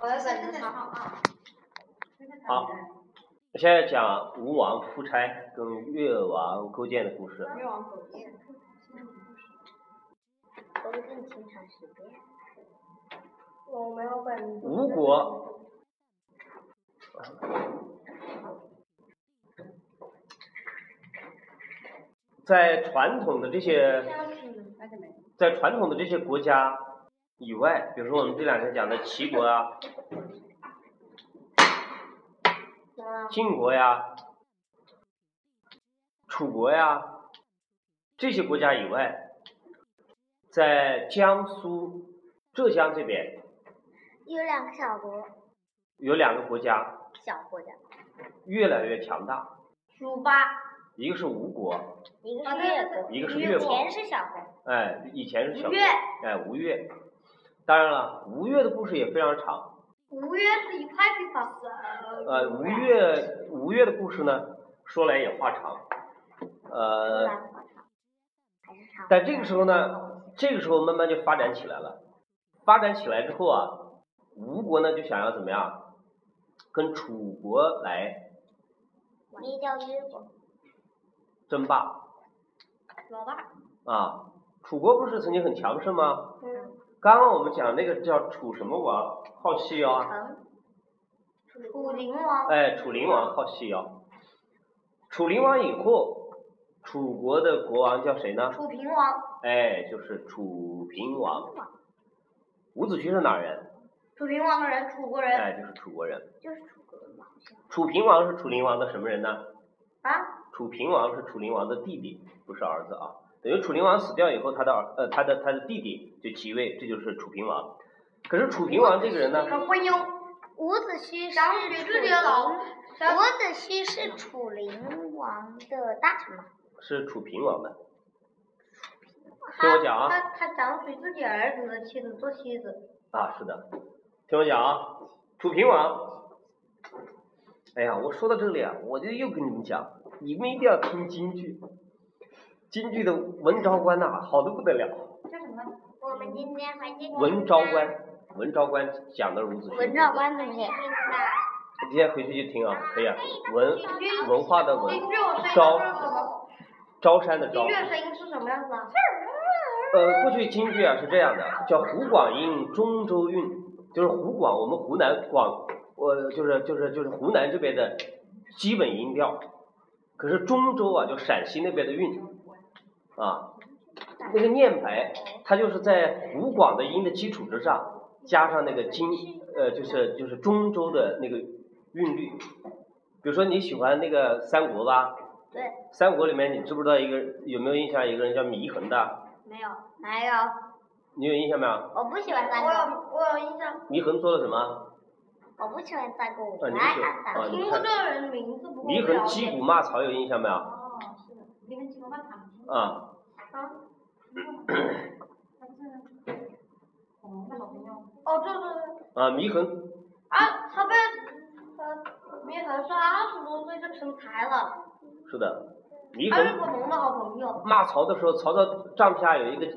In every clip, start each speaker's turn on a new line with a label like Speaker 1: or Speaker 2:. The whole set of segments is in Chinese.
Speaker 1: 我的本子藏好啊。
Speaker 2: 好，我现在讲吴王夫差跟越王勾践的故事。
Speaker 1: 越王勾践。
Speaker 3: 我们更情场十遍。
Speaker 4: 我没有本子。
Speaker 2: 吴国。在传统的这些，在传统的这些国家以外，比如说我们这两天讲的齐国啊、晋国呀、楚国呀这些国家以外，在江苏、浙江这边
Speaker 3: 有两个小国，
Speaker 2: 有两个国家
Speaker 3: 小国家，
Speaker 2: 越来越强大，
Speaker 1: 鲁巴。
Speaker 2: 一个是吴国，
Speaker 3: 一
Speaker 2: 啊
Speaker 3: 个是越国，
Speaker 2: 一个是越
Speaker 3: 以
Speaker 2: 国
Speaker 3: 前是小国，
Speaker 2: 哎，以前是小
Speaker 1: 吴
Speaker 2: 国
Speaker 1: 越，
Speaker 2: 哎，吴越。当然了，吴越的故事也非常长。
Speaker 1: 吴越是一块地方。
Speaker 2: 呃，吴越吴越的故事呢，说来也话长。呃，
Speaker 3: 还是长。
Speaker 2: 但这个时候呢，这个时候慢慢就发展起来了。发展起来之后啊，吴国呢就想要怎么样，跟楚国来
Speaker 3: 那叫越国，
Speaker 2: 争霸
Speaker 1: 老大。
Speaker 2: 啊。楚国不是曾经很强盛吗？
Speaker 4: 嗯
Speaker 2: 刚刚我们讲那个叫楚什么王，好细腰啊。
Speaker 3: 成
Speaker 1: 楚灵王。
Speaker 2: 哎，楚灵王好细腰。楚灵王以后，楚国的国王叫谁呢？
Speaker 1: 楚平王。
Speaker 2: 哎，就是楚平王。
Speaker 3: 王
Speaker 2: 伍子胥是哪人？
Speaker 1: 楚平王的人，楚国人。
Speaker 2: 哎，就是楚国人。
Speaker 3: 就是楚国嘛，好像
Speaker 2: 楚平王是楚灵王的什么人呢？
Speaker 3: 哎
Speaker 1: 啊。
Speaker 2: 楚平王是楚灵王的弟弟，不是儿子啊。等于楚灵王死掉以后，他的儿呃他的他的弟弟就继位，这就是楚平王。可是楚平王这个人呢，
Speaker 1: 老昏庸。
Speaker 3: 伍子胥是
Speaker 1: 张举
Speaker 3: 楚
Speaker 1: 自己
Speaker 3: 灵，
Speaker 1: 的老
Speaker 3: 伍子胥是楚灵王的大臣嘛？
Speaker 2: 是楚平王的。听
Speaker 1: 他
Speaker 2: 我讲啊
Speaker 1: 他他想娶自己儿子的妻子做妻子。
Speaker 2: 啊，是的，听我讲啊，楚平王。哎呀，我说到这里啊，我就又跟你们讲，你们一定要听京剧，京剧的文昭关呐、好的不得了。
Speaker 1: 叫什么？
Speaker 3: 我们今天环境
Speaker 2: 文昭关，文昭关讲的如此。
Speaker 3: 文昭。关同学，
Speaker 2: 今天回去就听啊，可以啊。文文化的文
Speaker 1: 京，剧我声音是
Speaker 2: 招
Speaker 1: 什么？
Speaker 2: 招山的
Speaker 1: 京
Speaker 2: 招
Speaker 1: 剧。的声音是什么样子啊？
Speaker 2: 呃，过去京剧啊是这样的，叫湖广音中州韵，就是湖广，我们湖南广，呃，就是就是就是湖南这边的基本音调。可是中州啊，就陕西那边的韵，啊，那个念白，它就是在湖广的音的基础之上，加上那个京，呃，就是就是中州的那个韵律。比如说你喜欢那个三国吧，
Speaker 3: 对，
Speaker 2: 三国里面你知不知道一个有没有印象一个人叫祢衡的？
Speaker 1: 没有。
Speaker 3: 没有，
Speaker 2: 你有印象没有？
Speaker 3: 我不喜欢三
Speaker 1: 我有
Speaker 3: 国，
Speaker 1: 我有印象，
Speaker 2: 祢衡做了什么？
Speaker 3: 我不喜欢三国，我
Speaker 2: 啊
Speaker 3: 不
Speaker 2: 你
Speaker 3: 爱
Speaker 2: 喜欢
Speaker 3: 看三国
Speaker 2: 啊。
Speaker 1: 听过这个人名字，不过
Speaker 2: 祢
Speaker 1: 不了
Speaker 2: 衡击
Speaker 1: 解。
Speaker 2: 鼓骂曹有印象没有？
Speaker 1: 哦，是的，你们几个办法？
Speaker 2: 啊，
Speaker 1: 哦，对对对。
Speaker 2: 啊，祢衡
Speaker 1: 啊，他被呃，祢衡是二十多岁就成才了，
Speaker 2: 是的，祢
Speaker 1: 他是
Speaker 2: 衡
Speaker 1: 我们的好朋友。
Speaker 2: 骂曹的时候，曹操帐下有一个有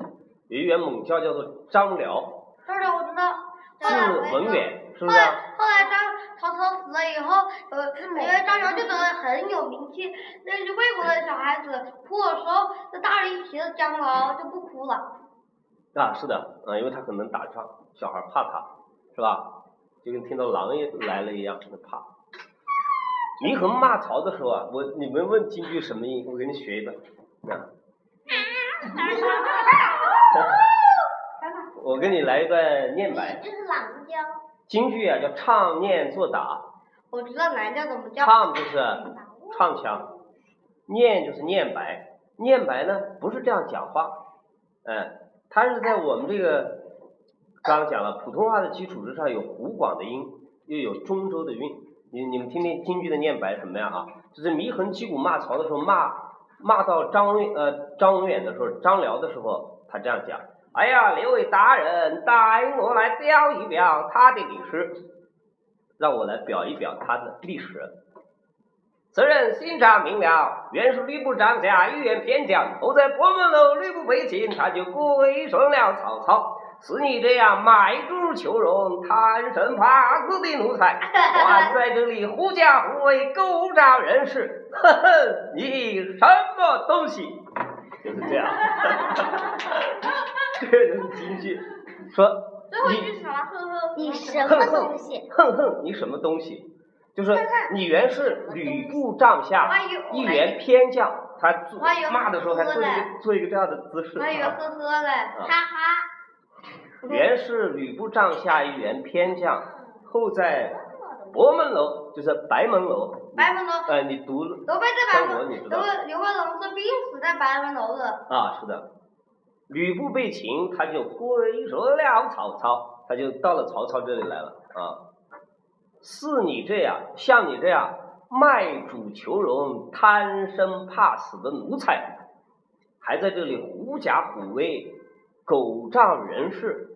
Speaker 2: 一员猛将叫做张辽，
Speaker 1: 这里我知道，后来
Speaker 2: 字文远，是
Speaker 1: 后
Speaker 2: 不是啊？
Speaker 1: 来后来张曹操死了以后，呃，因为张辽就得了很有名气，那些魏国的小孩子哭的时候，那大人一提到张辽就不哭了。
Speaker 2: 啊，是的，啊，因为他可能打仗，小孩怕他，是吧？就跟听到狼也来了一样，他怕。祢衡骂曹的时候啊，我你们问京剧什么音，我给你学一段。啊， 我给你来一段念白。
Speaker 3: 就是狼叫，
Speaker 2: 京剧啊叫唱念做打，
Speaker 1: 我知道南叫怎么叫，
Speaker 2: 唱就是唱腔，念就是念白，念白呢不是这样讲话，嗯，它是在我们这个刚刚讲了普通话的基础之上，有湖广的音，又有中州的韵。你你们听听京剧的念白什么样啊？就是祢衡击鼓骂曹的时候，骂骂到张文呃张文远的时候，张辽的时候，他这样讲：哎呀，两位大人，答应我来表一表他的历史，让我来表一表他的历史。此人新查明了，原是吕布帐下一员偏将，后在破门楼吕布被擒，他就归顺了曹操。似你这样买猪求荣、贪生怕死的 奴才，还在这里狐假虎威、勾扎人事，呵呵，你什么东西？就是这 样， 这人京剧说
Speaker 1: 最后一句
Speaker 2: 你
Speaker 1: 是啥？呵呵，是
Speaker 3: 你什么东西？
Speaker 2: 哼哼，你什么东西？就是你原是吕布帐下
Speaker 1: 哎呦
Speaker 2: 一员偏将，他做
Speaker 1: 哎呦
Speaker 2: 骂的时候还做一
Speaker 1: 哎
Speaker 2: 个做一个这样的姿势。
Speaker 1: 我还以为
Speaker 2: 啊
Speaker 1: 呵呵嘞，哈哈。
Speaker 2: 原是吕布帐下一员偏将，后在博门楼，就是白门楼。
Speaker 1: 白门楼
Speaker 2: 呃，你读
Speaker 1: 刘备在白
Speaker 2: 三国
Speaker 1: 门
Speaker 2: 你知，
Speaker 1: 刘
Speaker 2: 道
Speaker 1: 备刘备龙是病死在白门楼的。
Speaker 2: 啊，是的。吕布被擒，他就归顺了曹操，他就到了曹操这里来了啊。似你这样，像你这样卖主求荣、贪生怕死的奴才，还在这里狐假虎威、狗仗人势，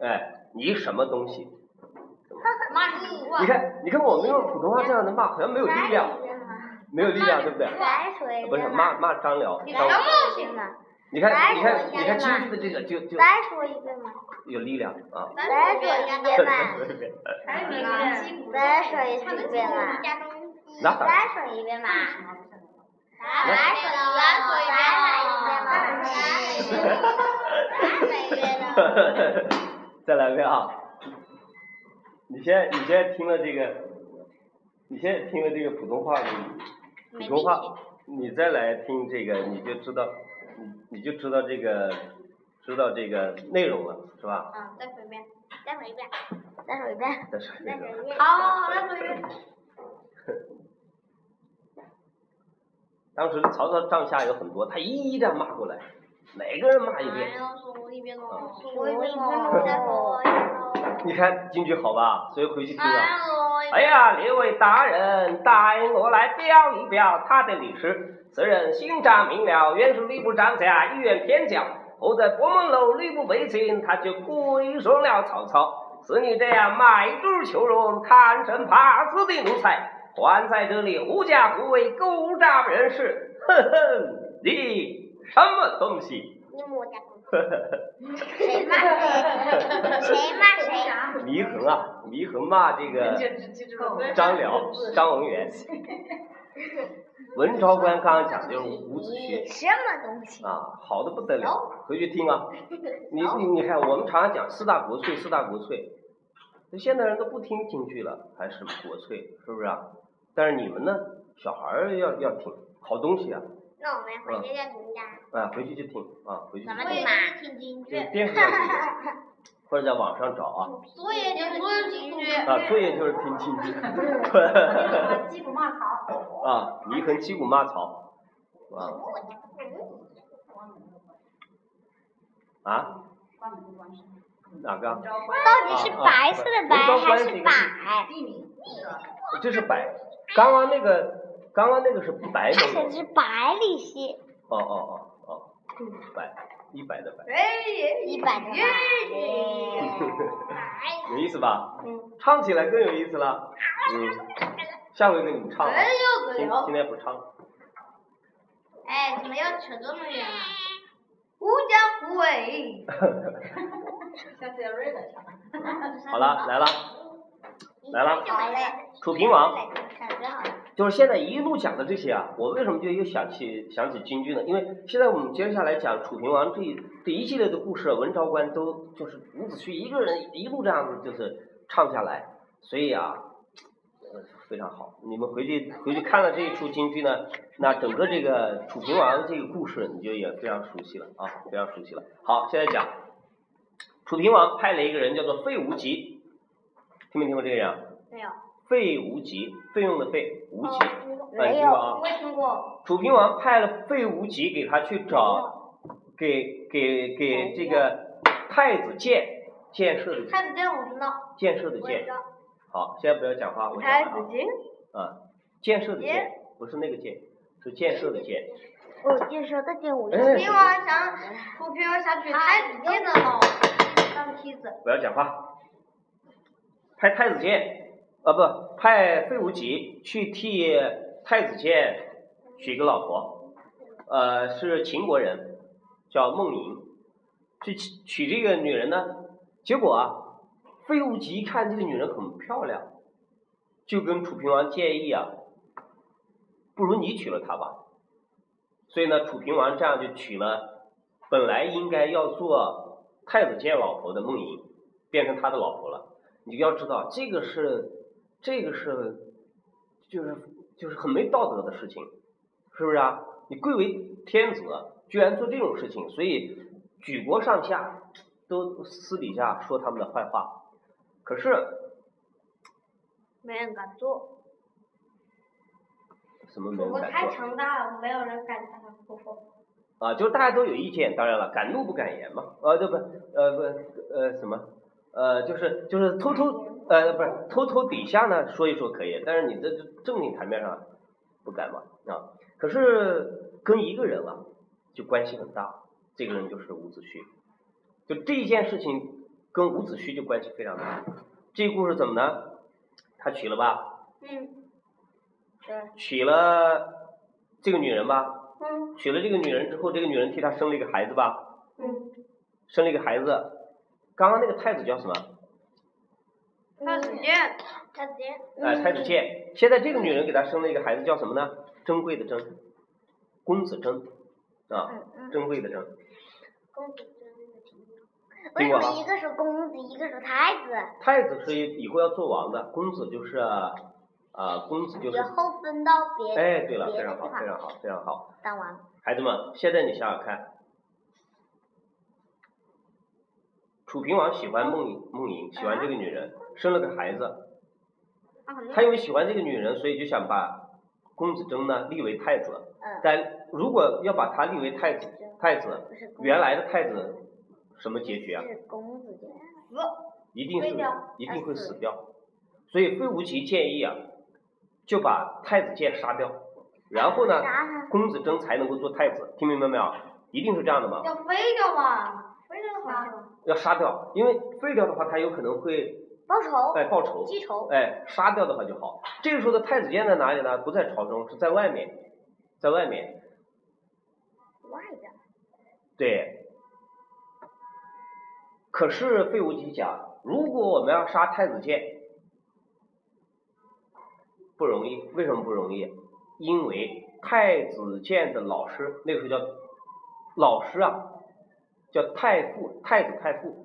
Speaker 2: 哎，你什么东西？
Speaker 1: 妈你
Speaker 2: 你看，你看我们用普通话这样的骂，好像没有力量，没有力量，对不对？
Speaker 3: 甩水
Speaker 2: 不是骂骂张辽，
Speaker 1: 你
Speaker 2: 张辽
Speaker 1: 什么
Speaker 3: 东西嘛？
Speaker 2: 你看，你
Speaker 3: 来
Speaker 2: 看，
Speaker 3: 我
Speaker 2: 你看
Speaker 3: 先骂
Speaker 2: 京剧的这个就就
Speaker 3: 再说一遍嘛，
Speaker 2: 有力量啊。
Speaker 3: 再说一遍 嘛，
Speaker 1: 还有一
Speaker 3: 再说一遍嘛，
Speaker 2: 那当然
Speaker 3: 再说一遍嘛，
Speaker 1: 来
Speaker 3: 再说一遍嘛，再来一遍嘛， 再来一遍嘛。
Speaker 2: 再来一遍啊！你先，你先听了这个，你先听了这个普通话的普通话，你再来听这个，你就知道，你你就知道这个，知道这个内容了，是吧？
Speaker 3: 嗯，再说一遍，再说一遍，再说一遍，
Speaker 2: 再说一
Speaker 3: 再
Speaker 2: 遍。啊
Speaker 3: 说一遍。
Speaker 1: 好好好，再说一遍。
Speaker 2: 当时曹操帐下有很多，他一一这样骂过来，每个人骂一
Speaker 1: 哎
Speaker 2: 遍。
Speaker 1: 说一遍喽，
Speaker 3: 我
Speaker 1: 说
Speaker 3: 一
Speaker 1: 一
Speaker 3: 遍
Speaker 1: 遍
Speaker 3: 喽，再说
Speaker 1: 喽
Speaker 3: 一。遍喽。
Speaker 2: 你看京剧好吧？所以回去听啊。哎
Speaker 1: 哎，
Speaker 2: 呀，列位大人，答应我来表一表他的历史。此人姓张名辽，原是吕布帐下一员偏将，后在博门楼吕布被擒，他就归顺了曹操。似你这样卖主求荣、贪生怕死的奴才，还在这里狐假虎威、勾扎人事，哼哼，你什么东西？
Speaker 3: 你母的，谁骂谁？谁骂谁？
Speaker 2: 祢衡啊，祢衡骂这个。张 辽、张文元，文昭关刚刚讲的就是伍子
Speaker 3: 你
Speaker 2: 胥
Speaker 3: 什么东西？
Speaker 2: 啊，好的不得了，回去听啊。你你你看，我们常常讲四大国粹，四大国粹，那现在人都不听京剧了，还是国粹，是不是啊？但是你们呢，小孩儿要要听好东西啊，
Speaker 3: 那我们回去再听家，
Speaker 2: 啊，回去就听啊，回去就
Speaker 3: 咱
Speaker 2: 听
Speaker 3: 们得
Speaker 2: 就
Speaker 3: 买听京
Speaker 2: 是电视上听，或者在网上找啊。
Speaker 1: 作业就是作业进去。
Speaker 2: 啊，作业就是听京剧。
Speaker 4: 击鼓骂曹。
Speaker 2: 啊，祢衡击鼓骂曹，啊啊，哪个？
Speaker 3: 到底是白色的白还是白？
Speaker 4: 地名。
Speaker 2: 哦这是白，刚刚那个，刚刚那个是白
Speaker 3: 它
Speaker 2: 的
Speaker 3: 写的，是白里些，
Speaker 2: 哦哦哦哦，白，一百的白，
Speaker 3: 一百的白。
Speaker 2: 有意思吧？
Speaker 3: 嗯，
Speaker 2: 唱起来更有意思了，嗯，下回给你们唱啊，
Speaker 1: 哎呦，得
Speaker 2: 今
Speaker 1: 了！
Speaker 2: 今天不唱，
Speaker 1: 哎，怎么要扯这么远啊？狐假虎威。
Speaker 4: 下次要瑞的唱。
Speaker 2: 好了，来了，来了
Speaker 3: 好嘞，
Speaker 2: 楚平王。
Speaker 3: 感觉好了。
Speaker 2: 就是现在一路讲的这些啊，我为什么就又想起想起京剧呢？因为现在我们接下来讲楚平王这一这一系列的故事，啊文昭关都就是伍子胥一个人一路这样子就是唱下来，所以啊，呃非常好。你们回去回去看了这一出京剧呢，那整个这个楚平王这个故事你就也非常熟悉了啊，非常熟悉了。好，现在讲楚平王派了一个人叫做费无极，听没听过这个人啊？
Speaker 3: 没有。
Speaker 2: 费无极，费用的费，无极。
Speaker 3: 哦
Speaker 2: 哎，
Speaker 3: 没
Speaker 2: 听过啊
Speaker 3: 有，。没听过。
Speaker 2: 楚平王派了费无极给他去找，给给给这个太子建建设的
Speaker 1: 太子建我知道，
Speaker 2: 建设的
Speaker 1: 我也
Speaker 2: 建
Speaker 1: 知，道。
Speaker 2: 好，现在不要讲话，我讲
Speaker 1: 太
Speaker 2: 啊
Speaker 1: 子，建，
Speaker 2: 啊，建设的建
Speaker 1: 建，
Speaker 2: 不是那个建，是建设的建，
Speaker 3: 我就说这就我。
Speaker 2: 哎
Speaker 1: 平王想，楚平王想娶太子建的老婆当妻子。
Speaker 2: 不要讲话，派太子建，啊不，派费无极去替太子建娶个老婆，呃，是秦国人，叫孟颖，去娶娶这个女人呢，结果啊，费无极一看这个女人很漂亮，就跟楚平王建议啊，不如你娶了她吧。所以呢，楚平王这样就娶了本来应该要做太子建老婆的孟莹，变成他的老婆了。你就要知道，这个是这个是就是就是很没道德的事情，是不是啊？你贵为天子，居然做这种事情，所以举国上下都私底下说他们的坏话。可是
Speaker 3: 没人敢做。
Speaker 2: 什么没
Speaker 1: 楚
Speaker 2: 人
Speaker 1: 国
Speaker 2: 敢
Speaker 1: 太
Speaker 2: 做
Speaker 1: 强大了，没有人敢对他说话。
Speaker 2: 啊？就是大家都有意见，当然了，敢怒不敢言嘛。呃，这不呃不呃什么呃，就是就是偷偷呃不是偷偷底下呢说一说可以，但是你这这正经台面上不敢嘛啊。可是跟一个人啊就关系很大，这个人就是伍子胥。就这一件事情跟伍子胥就关系非常大。这故事怎么呢？他娶了吧，
Speaker 1: 嗯
Speaker 2: 娶了这个女人吧，
Speaker 1: 嗯
Speaker 2: 娶了这个女人之后，这个女人替他生了一个孩子吧，
Speaker 1: 嗯，
Speaker 2: 生了一个孩子。刚刚那个太子叫什么？
Speaker 1: 太子建，
Speaker 3: 太子建，
Speaker 2: 呃，太子建。现在这个女人给他生了一个孩子，叫什么呢？珍贵的珍，公子珍，啊，
Speaker 3: 嗯嗯，
Speaker 2: 珍贵的珍。
Speaker 3: 公子真的挺好。为什
Speaker 2: 听过
Speaker 3: 么
Speaker 2: 啊
Speaker 3: 一个是公子，一个是太子？
Speaker 2: 太子是以后要做王的，公子就是啊、公子就是
Speaker 3: 以。后分到别的
Speaker 2: 哎，对了，
Speaker 3: 别
Speaker 2: 非
Speaker 3: 的
Speaker 2: 常
Speaker 3: 地
Speaker 2: 好，
Speaker 3: 方
Speaker 2: 非常好，非常好。
Speaker 3: 当王。
Speaker 2: 孩子们，现在你想想看，楚平王喜欢孟孟莹，喜欢这个女人，
Speaker 1: 啊
Speaker 2: 生了个孩子。
Speaker 3: 啊
Speaker 2: 他因为喜欢这个女人，所以就想把公子贞呢立为太子。
Speaker 3: 嗯，
Speaker 2: 但如果要把他立为太子，太子
Speaker 3: 不是公子
Speaker 2: 原来的太子什么结局啊？
Speaker 3: 是公子建。
Speaker 2: 一定
Speaker 1: 会
Speaker 2: 是
Speaker 1: 掉
Speaker 2: 一定会
Speaker 3: 啊
Speaker 2: 死
Speaker 3: 死
Speaker 2: 掉。所以费无极建议啊，就把太子建杀掉，然后呢
Speaker 3: 啥，呢？
Speaker 2: 公子贞才能够做太子，听明白没有？一定是这样的嘛？
Speaker 1: 要飞掉吧？飞掉好像。
Speaker 2: 要杀掉，因为废掉的话，他有可能会
Speaker 3: 报仇，
Speaker 2: 哎报仇，
Speaker 3: 记仇。
Speaker 2: 哎杀掉的话就好。这个时候的太子建在哪里呢？不在朝中，是在外面，在外面。
Speaker 3: 外边。
Speaker 2: 对。可是费无极讲，如果我们要杀太子建，不容易。为什么不容易？因为太子建的老师，那个时候叫老师啊，叫太傅，太子太傅。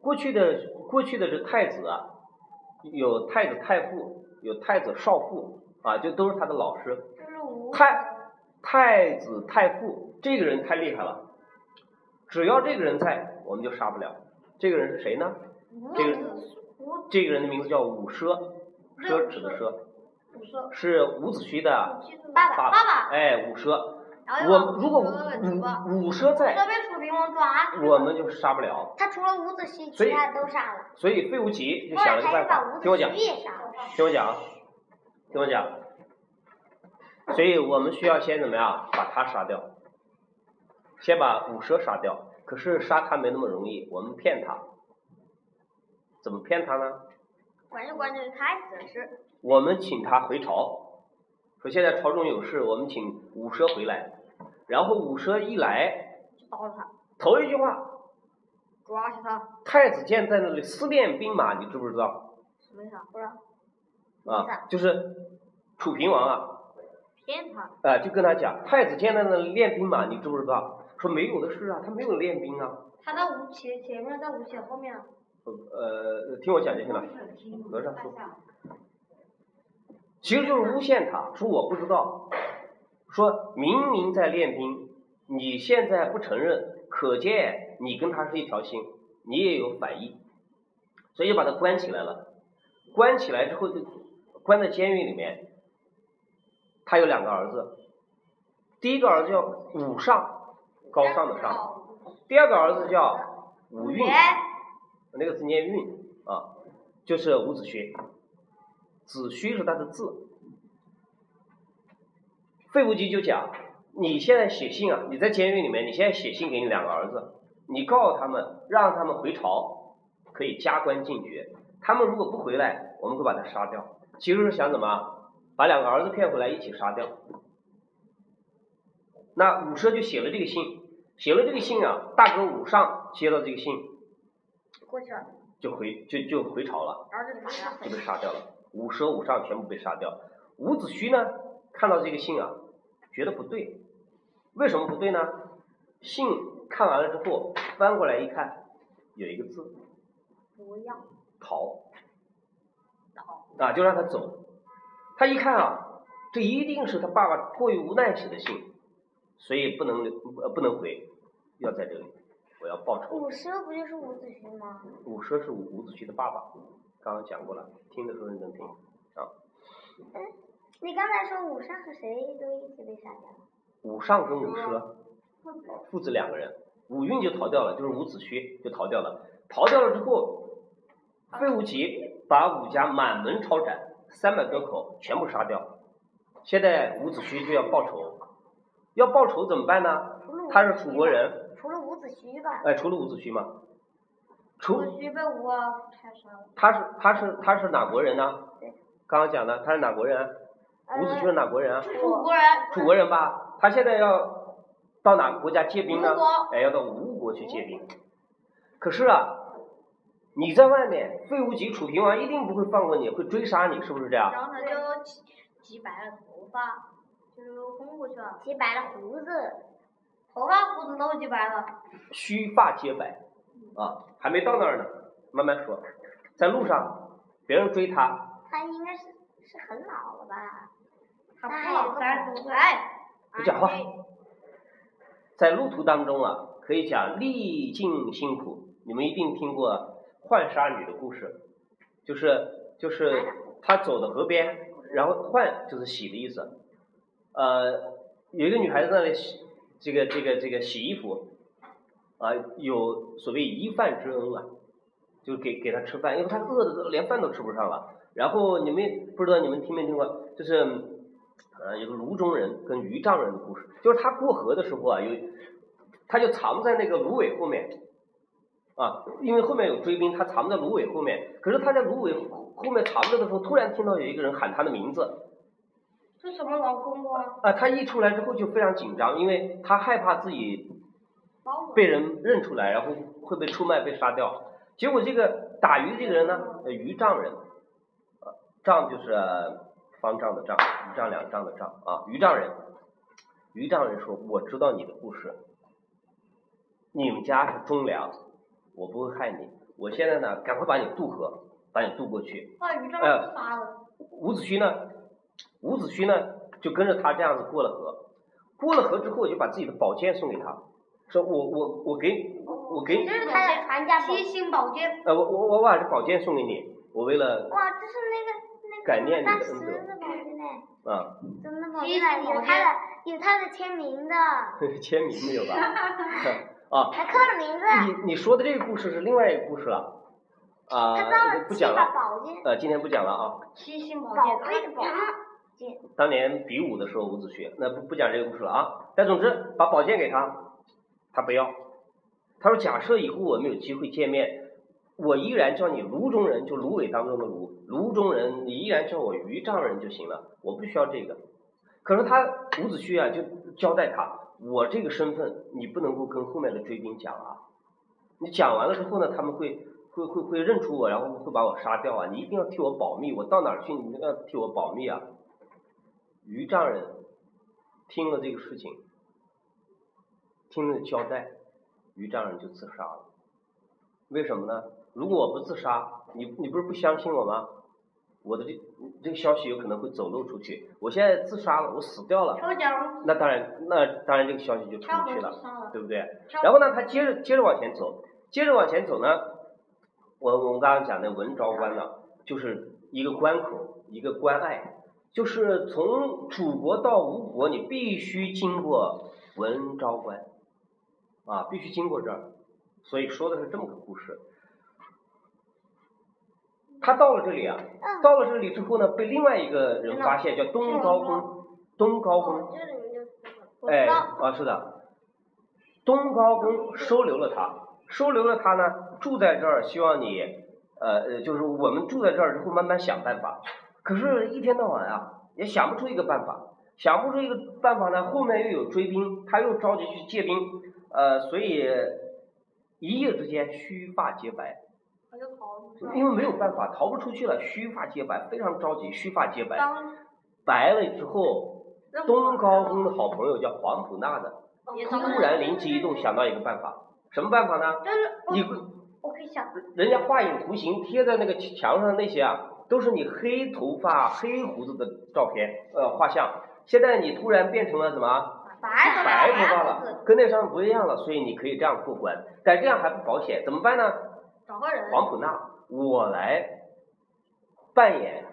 Speaker 2: 过去的过去的这太子啊，有太子太傅，有太子少傅啊，就都是他的老师。
Speaker 1: 这是无。
Speaker 2: 太太子太傅这个人太厉害了，只要这个人在，我们就杀不了。这个人是谁呢？
Speaker 1: 无
Speaker 2: 这个
Speaker 1: 无
Speaker 2: 这个人的名字叫伍奢，奢侈的奢，
Speaker 1: 五色。
Speaker 2: 是伍子胥的
Speaker 3: 爸
Speaker 2: 爸
Speaker 3: 爸，
Speaker 1: 爸爸
Speaker 2: 哎，伍奢，
Speaker 1: 然后又把
Speaker 2: 我如嗯果
Speaker 1: 五色给除了，
Speaker 2: 伍伍奢
Speaker 1: 五
Speaker 2: 在，
Speaker 1: 色被楚平王抓去了。
Speaker 2: 我们就杀不了。
Speaker 3: 他除了伍子胥，
Speaker 2: 所
Speaker 3: 其
Speaker 2: 以
Speaker 3: 他都杀了。
Speaker 2: 所以费无极就
Speaker 3: 后
Speaker 2: 想
Speaker 3: 来
Speaker 2: 了个
Speaker 3: 他
Speaker 2: 办
Speaker 3: 又把伍
Speaker 2: 法，
Speaker 3: 子
Speaker 2: 听我讲
Speaker 3: 胥，也杀了。
Speaker 2: 听我讲，听我讲。所以我们需要先怎么样，把他杀掉，先把五蛇杀掉。可是杀他没那么容易，我们骗他，怎么骗他呢？
Speaker 3: 管着管着，太子的事。
Speaker 2: 我们请他回朝，说现在朝中有事，我们请五蛇回来。然后五蛇一来，
Speaker 3: 包了他，
Speaker 2: 头一句话，
Speaker 3: 抓起他，
Speaker 2: 太子建在那里思念兵马，你知不知道？
Speaker 3: 什么意思啊？不知道，没
Speaker 2: 啊
Speaker 3: 事，
Speaker 2: 就是楚平王啊，
Speaker 3: 骗他。
Speaker 2: 啊、就跟他讲，太子建在那练兵马，你知不知道？说没有的事啊，他没有练兵啊。
Speaker 1: 他在吴起前面，在吴起后面。
Speaker 2: 呃，听我讲就行了。
Speaker 4: 和
Speaker 2: 和尚说其实就是诬陷他，说我不知道，说明明在练兵，你现在不承认，可见你跟他是一条心，你也有反意，所以就把他关起来了。关起来之后就关在监狱里面。他有两个儿子，第一个儿子叫武尚，高尚的尚；第二个儿子叫武运，那个字念运啊，就是伍子胥。子胥是他的字。费无极就讲，你现在写信啊，你在监狱里面，你现在写信给你两个儿子，你告诉他们，让他们回朝，可以加官进爵。他们如果不回来，我们会把他杀掉。其实是想怎么，把两个儿子骗回来一起杀掉。那武奢就写了这个信，写了这个信啊，大哥武上接到这个信
Speaker 3: 过去了，
Speaker 2: 就回就就回朝了，
Speaker 3: 然后就没了。
Speaker 2: 就被杀掉了。武蛇武上全部被杀掉。伍子胥呢，看到这个信啊，觉得不对，为什么不对呢？信看完了之后，翻过来一看，有一个字
Speaker 3: 不要，
Speaker 2: 逃，啊，就让他走。他一看啊，这一定是他爸爸迫于无奈写的信，所以不能留呃不能回，要在这里，我要报仇。
Speaker 3: 五蛇不就是伍子胥吗？
Speaker 2: 武奢是伍伍子胥的爸爸，刚刚讲过了，听的时候认真听啊。
Speaker 3: 你刚才说武上和谁都一起被杀掉了？
Speaker 2: 武上跟武奢父子两个人，武运就逃掉了，就是伍子胥就逃掉了。逃掉了之后，费无极把武家满门抄斩，三百多口全部杀掉。现在伍子胥就要报仇，要报仇怎么办呢？
Speaker 3: 除了伍
Speaker 2: 他是
Speaker 3: 子
Speaker 2: 楚
Speaker 3: 胥
Speaker 2: 国
Speaker 3: 吧，
Speaker 2: 人，
Speaker 3: 除了伍子胥吧，
Speaker 2: 哎，除了伍子胥嘛，除
Speaker 1: 我须被吴王拆杀了。
Speaker 2: 他是他是他是哪国人呢
Speaker 3: 对？
Speaker 2: 刚刚讲的他是哪国人啊？伍子胥是哪国人啊？
Speaker 1: 楚国人，
Speaker 2: 楚国人吧，他现在要到哪个国家借兵呢
Speaker 1: 吴国？
Speaker 2: 哎，要到吴国去借兵。可是啊，你在外面，费无极、楚平王一定不会放过你，会追杀你，是不是这样？
Speaker 1: 然后他就挤挤白了头发，就是轰过去了，
Speaker 3: 齐白了胡子，
Speaker 1: 头发胡子都挤白了。
Speaker 2: 须发皆白啊，还没到那儿呢，慢慢说。在路上，别人追他，
Speaker 3: 他应该是是很老了吧？
Speaker 1: 他不老三十多岁，哎，
Speaker 2: 不讲话。在路途当中啊，可以讲历尽辛苦。你们一定听过浣纱女的故事，就是就是她走到河边，然后浣就是洗的意思，呃，有一个女孩子在那里洗这个这个这个洗衣服，啊、有所谓一饭之恩啊，就给给她吃饭，因为她饿的都连饭都吃不上了。然后你们不知道你们听没听过，就是呃有个卢中人跟渔丈人的故事，就是他过河的时候啊，有他就藏在那个芦苇后面啊，因为后面有追兵，他藏在芦苇后面。可是他在芦苇后后面藏着的时候，突然听到有一个人喊他的名字
Speaker 1: 这什么老公公？
Speaker 2: 啊，他一出来之后就非常紧张，因为他害怕自己
Speaker 1: 把我
Speaker 2: 被人认出来，然后会被出卖、被杀掉。结果这个打鱼这个人呢，呃，渔丈人，呃丈就是呃方丈的丈，一丈两丈的丈啊，渔丈人。渔丈人说：“我知道你的故事，你们家是忠良，我不会害你。我现在呢，赶快把你渡河，把你渡过去。
Speaker 1: 把于正自杀了。
Speaker 2: 伍子胥呢，伍子胥呢就跟着他这样子过了河，过了河之后就把自己的宝剑送给他，说我我我给
Speaker 3: 哦
Speaker 2: 我给你
Speaker 1: 这，是
Speaker 3: 他的传家宝
Speaker 1: 七星宝剑，
Speaker 2: 呃我我我把这宝剑送给你，我为了
Speaker 3: 哇，这是那个那个
Speaker 2: 感念你的
Speaker 3: 大
Speaker 2: 恩
Speaker 3: 石
Speaker 2: 德
Speaker 3: 子宝贝呢？
Speaker 2: 啊
Speaker 3: 怎么宝
Speaker 1: 七
Speaker 3: 贝
Speaker 1: 十
Speaker 3: 呢？
Speaker 1: 宝
Speaker 3: 有他的有他的签名的，
Speaker 2: 签名没有吧？ 啊，
Speaker 3: 还刻了名字。
Speaker 2: 你你说的这个故事是另外一个故事了，啊、
Speaker 3: 他到了
Speaker 2: 不
Speaker 3: 七
Speaker 2: 讲
Speaker 3: 把
Speaker 2: 了，
Speaker 3: 宝剑，
Speaker 2: 呃今天不讲了啊。
Speaker 1: 七星宝
Speaker 3: 宝
Speaker 1: 剑，哎
Speaker 3: 贝的宝剑，
Speaker 2: 当年比武的时候，伍子胥，那不不讲这个故事了啊。但总之，把宝剑给他，他不要。他说：“假设以后我们有机会见面，我依然叫你卢中人，就芦苇当中的芦，卢中人，你依然叫我渔丈人就行了，我不需要这个。”可是他伍子胥啊，就交代他：“我这个身份，你不能够跟后面的追兵讲啊。你讲完了之后呢，他们会会会会认出我，然后会把我杀掉啊！你一定要替我保密，我到哪儿去，你一定要替我保密啊！”于丈人听了这个事情，听了交代，于丈人就自杀了。为什么呢？如果我不自杀，你你不是不相信我吗？我的这这个消息有可能会走漏出去。我现在自杀了，我死掉了，
Speaker 1: 抽奖，
Speaker 2: 那当然，那当然这个消息就出
Speaker 1: 跳
Speaker 2: 去
Speaker 1: 河
Speaker 2: 了
Speaker 1: 自。杀了。
Speaker 2: 对不对？然后呢，他接着接着往前走，接着往前走呢，我我们刚刚讲的文昭关呢，就是一个关口，一个关隘，就是从楚国到吴国，你必须经过文昭关，啊，必须经过这儿，所以说的是这么个故事。他到了这里啊，到了这里之后呢，被另外一个人发现，叫嗯东高哦公，东高公。
Speaker 3: 这里面就
Speaker 1: 我
Speaker 2: 哎，
Speaker 1: 知道，
Speaker 2: 啊，是的，东高公收留了他，收留了他呢，住在这儿，希望你，呃呃，就是我们住在这儿之后慢慢想办法。可是，一天到晚啊，也想不出一个办法。想不出一个办法呢，后面又有追兵，他又着急去借兵，呃，所以一夜之间须发皆白，
Speaker 4: 他就逃了是吧
Speaker 2: 因为没有办法逃不出去了，须发皆白，非常着急，须发皆白，
Speaker 4: 当
Speaker 2: 白了之后，
Speaker 4: 任
Speaker 2: 东高公的好朋友叫黄普纳的，
Speaker 4: 也
Speaker 2: 突然灵机一动想到一个办法，什么办法呢？
Speaker 1: 就是我
Speaker 2: 你
Speaker 1: 我可以想，
Speaker 2: 人家画影图形贴在那个墙上那些啊，都是你黑头发、黑胡子的照片，呃，画像。现在你突然变成了什么
Speaker 1: 白头
Speaker 2: 白头
Speaker 1: 发
Speaker 2: 发
Speaker 1: 白胡子
Speaker 2: 了，跟那上面不一样了，所以你可以这样过关。但这样还不保险，怎么办呢？
Speaker 4: 找个人
Speaker 2: 黄普纳，我来扮演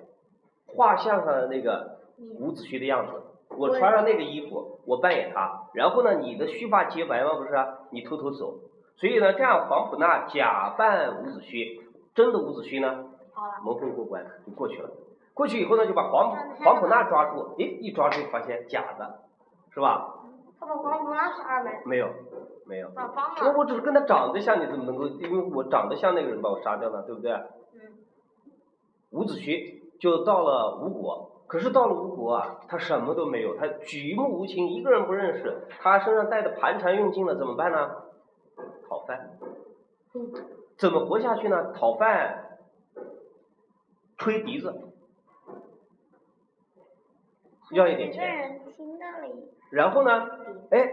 Speaker 2: 画像上的那个伍子胥的样子。我穿上那个衣服，我扮演他。然后呢，你的须发皆白吗？不是啊、你偷偷走。所以呢，这样黄甫纳假扮伍子胥，真的伍子胥呢
Speaker 4: 好了，
Speaker 2: 蒙混过关就过去了。过去以后呢，就把黄黄甫纳抓住，诶，一抓住发现假的，是吧？
Speaker 1: 他把黄渤那杀了没？
Speaker 2: 没有，没有。
Speaker 1: 把帮
Speaker 2: 我
Speaker 3: 啊
Speaker 1: 了。
Speaker 2: 我只是跟他长得像，你怎么能够因为我长得像那个人把我杀掉呢？对不对？
Speaker 4: 嗯，
Speaker 2: 伍子胥就到了吴国，可是到了吴国啊，他什么都没有，他举目无亲，一个人不认识，他身上带的盘缠用尽了，怎么办呢？讨饭。怎么活下去呢？讨饭，吹笛子，要一点
Speaker 3: 一个
Speaker 2: 钱。
Speaker 3: 人听到了一
Speaker 2: 然后呢，哎，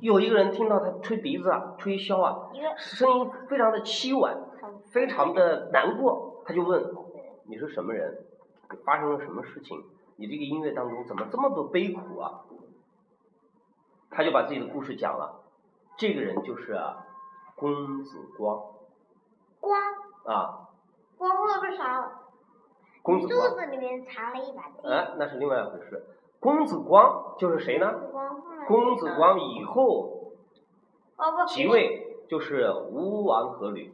Speaker 2: 有一个人听到他吹笛子啊，吹箫啊，
Speaker 3: 一个
Speaker 2: 声音非常的凄婉，
Speaker 3: 很
Speaker 2: 非常的难过，他就问你是什么人，你发生了什么事情，你这个音乐当中怎么这么多悲苦啊？他就把自己的故事讲了，这个人就是、啊、公子光
Speaker 3: 光，
Speaker 2: 啊，
Speaker 1: 光后来被杀了，
Speaker 2: 公子
Speaker 3: 肚
Speaker 2: 光，
Speaker 3: 子里面藏了一把剑。
Speaker 2: 哎，那是另外一回事。公子光就是谁呢？
Speaker 3: 光后来
Speaker 2: 公子光以后
Speaker 1: 哦不，
Speaker 2: 即位就是吴王阖闾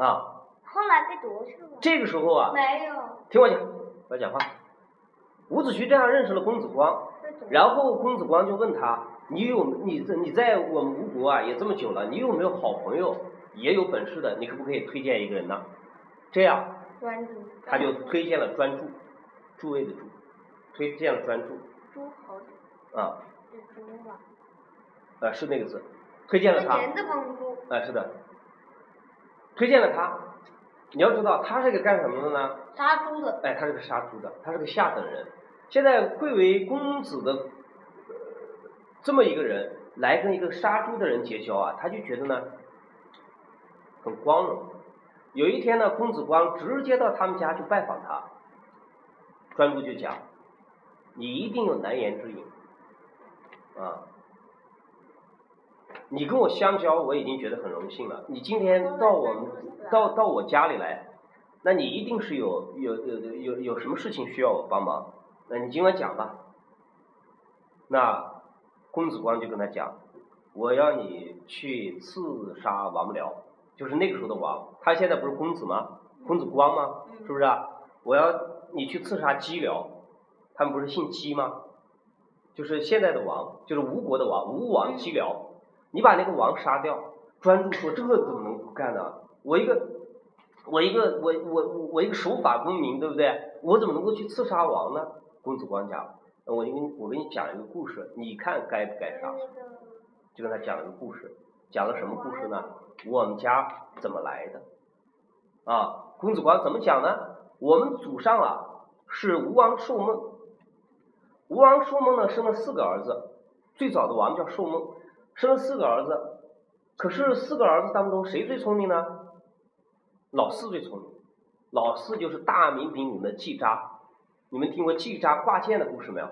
Speaker 2: 啊，
Speaker 3: 后来被夺去了。
Speaker 2: 这个时候啊，
Speaker 1: 没有，
Speaker 2: 听我讲，不要讲话。伍子胥这样认识了公子光，
Speaker 3: 被夺
Speaker 2: 然后公子光就问他：“你有你在你在我们吴国啊也这么久了，你有没有好朋友也有本事的？你可不可以推荐一个人呢？”这样
Speaker 3: 专诸
Speaker 2: 他就推荐了专诸，诸位的诸，推荐了专诸
Speaker 3: 诸侯的
Speaker 2: 啊，
Speaker 3: 诸吧，
Speaker 2: 呃是那个字，推荐了
Speaker 1: 那
Speaker 2: 他。
Speaker 1: 帘子绷住，
Speaker 2: 啊、是的，推荐了他。你要知道，他是个干什么的呢？
Speaker 1: 杀猪的，
Speaker 2: 哎，他是个杀猪的，他是个下等人。现在贵为公子的呃这么一个人，来跟一个杀猪的人结交啊，他就觉得呢很光荣。有一天呢，公子光直接到他们家去拜访他，专诸就讲：“你一定有难言之隐啊！你跟我相交，我已经觉得很荣幸了。你今天到我们到到我家里来，那你一定是有有有有有有什么事情需要我帮忙，那你尽管讲吧。那公子光就跟他讲，我要你去刺杀王僚，就是那个时候的王，他现在不是公子吗？公子光吗？是不是啊？我要你去刺杀姬僚，他们不是姓姬吗？就是现在的王，就是吴国的王，吴王姬僚。你把那个王杀掉，专注说这个怎么能不干呢？我一个，我一个，我我我我一个守法公民，对不对？我怎么能够去刺杀王呢？公子光讲，呃我给你我给你讲一个故事，你看该不该杀？就跟他讲了个故事，讲了什么故事呢？我们家怎么来的？啊，公子光怎么讲呢？我们祖上啊是吴王寿梦，吴王寿梦呢生了四个儿子，最早的王叫寿梦，生了四个儿子，可是四个儿子当中谁最聪明呢？老四最聪明，老四就是大名鼎鼎的季札，你们听过季札挂剑的故事没有？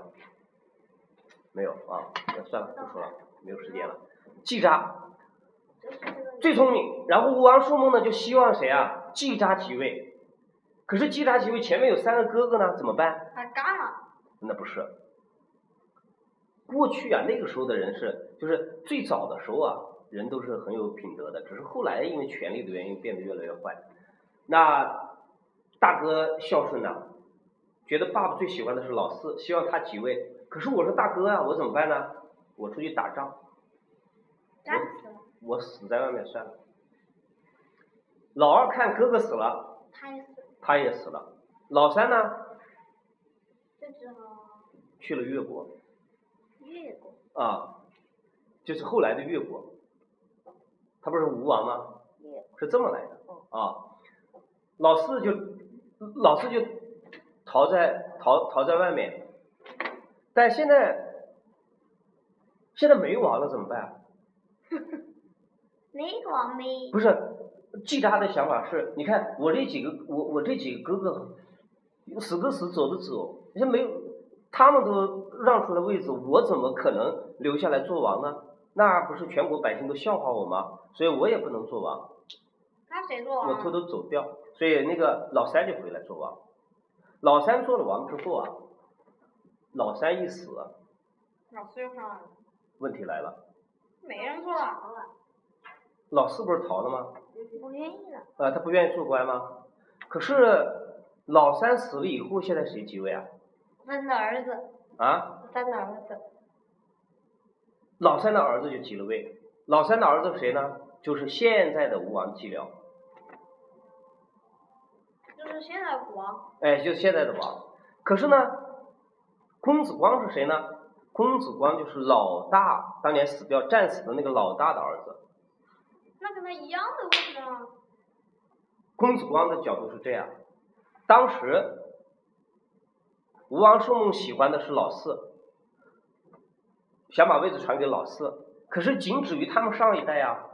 Speaker 2: 没有啊，那算了，不说了，没有时间了。季札最聪明，然后吴王叔梦呢就希望谁啊？季札即位，可是季札即位前面有三个哥哥呢，怎么办？
Speaker 1: 他干了，
Speaker 2: 那不是。过去啊，那个时候的人是，就是最早的时候啊，人都是很有品德的，只是后来因为权力的原因变得越来越坏。那大哥孝顺呐、觉得爸爸最喜欢的是老四，希望他即位。可是我说大哥啊，我怎么办呢？我出去打仗，
Speaker 3: 战死了，
Speaker 2: 我死在外面算了。老二看哥哥死了，
Speaker 3: 他也死了，
Speaker 2: 他也死了。老三呢，
Speaker 3: 就只好
Speaker 2: 去了越国
Speaker 3: 越国
Speaker 2: 啊，就是后来的越国，他不是吴王吗？
Speaker 3: 越嗯
Speaker 2: 是这么来的啊。老四就老四就逃在逃逃在外面，但现在现在没王了怎么办啊、
Speaker 3: 没王没
Speaker 2: 不是，季他的想法是，你看我这几个我我这几个哥哥，死的死走的走，人家没有，他们都让出了位置，我怎么可能留下来做王呢？那不是全国百姓都笑话我吗？所以我也不能做王。
Speaker 4: 那谁做
Speaker 2: 我
Speaker 4: 啊
Speaker 2: 偷？偷走掉，所以那个老三就回来做王。老三做了王之后啊，老三一死，啊
Speaker 4: 老四又上来了，
Speaker 2: 问题来了，
Speaker 4: 没人做王了。
Speaker 2: 老四不是逃了吗？
Speaker 3: 不愿意了，
Speaker 2: 啊、他不愿意做官吗？可是老三死了以后，现在谁继位啊？
Speaker 1: 三的儿子，
Speaker 2: 啊，
Speaker 1: 三的儿子，
Speaker 2: 老三的儿子就继了位。老三的儿子谁呢？就是现在的吴王季辽，
Speaker 4: 就是现在国，
Speaker 2: 哎，就是现在的王。可是呢，公子光是谁呢？公子光就是老大当年死掉战死的那个老大的儿子。
Speaker 4: 那跟他一样的位置啊。
Speaker 2: 公子光的角度是这样：当时吴王寿梦喜欢的是老四，想把位置传给老四，可是仅止于他们上一代啊。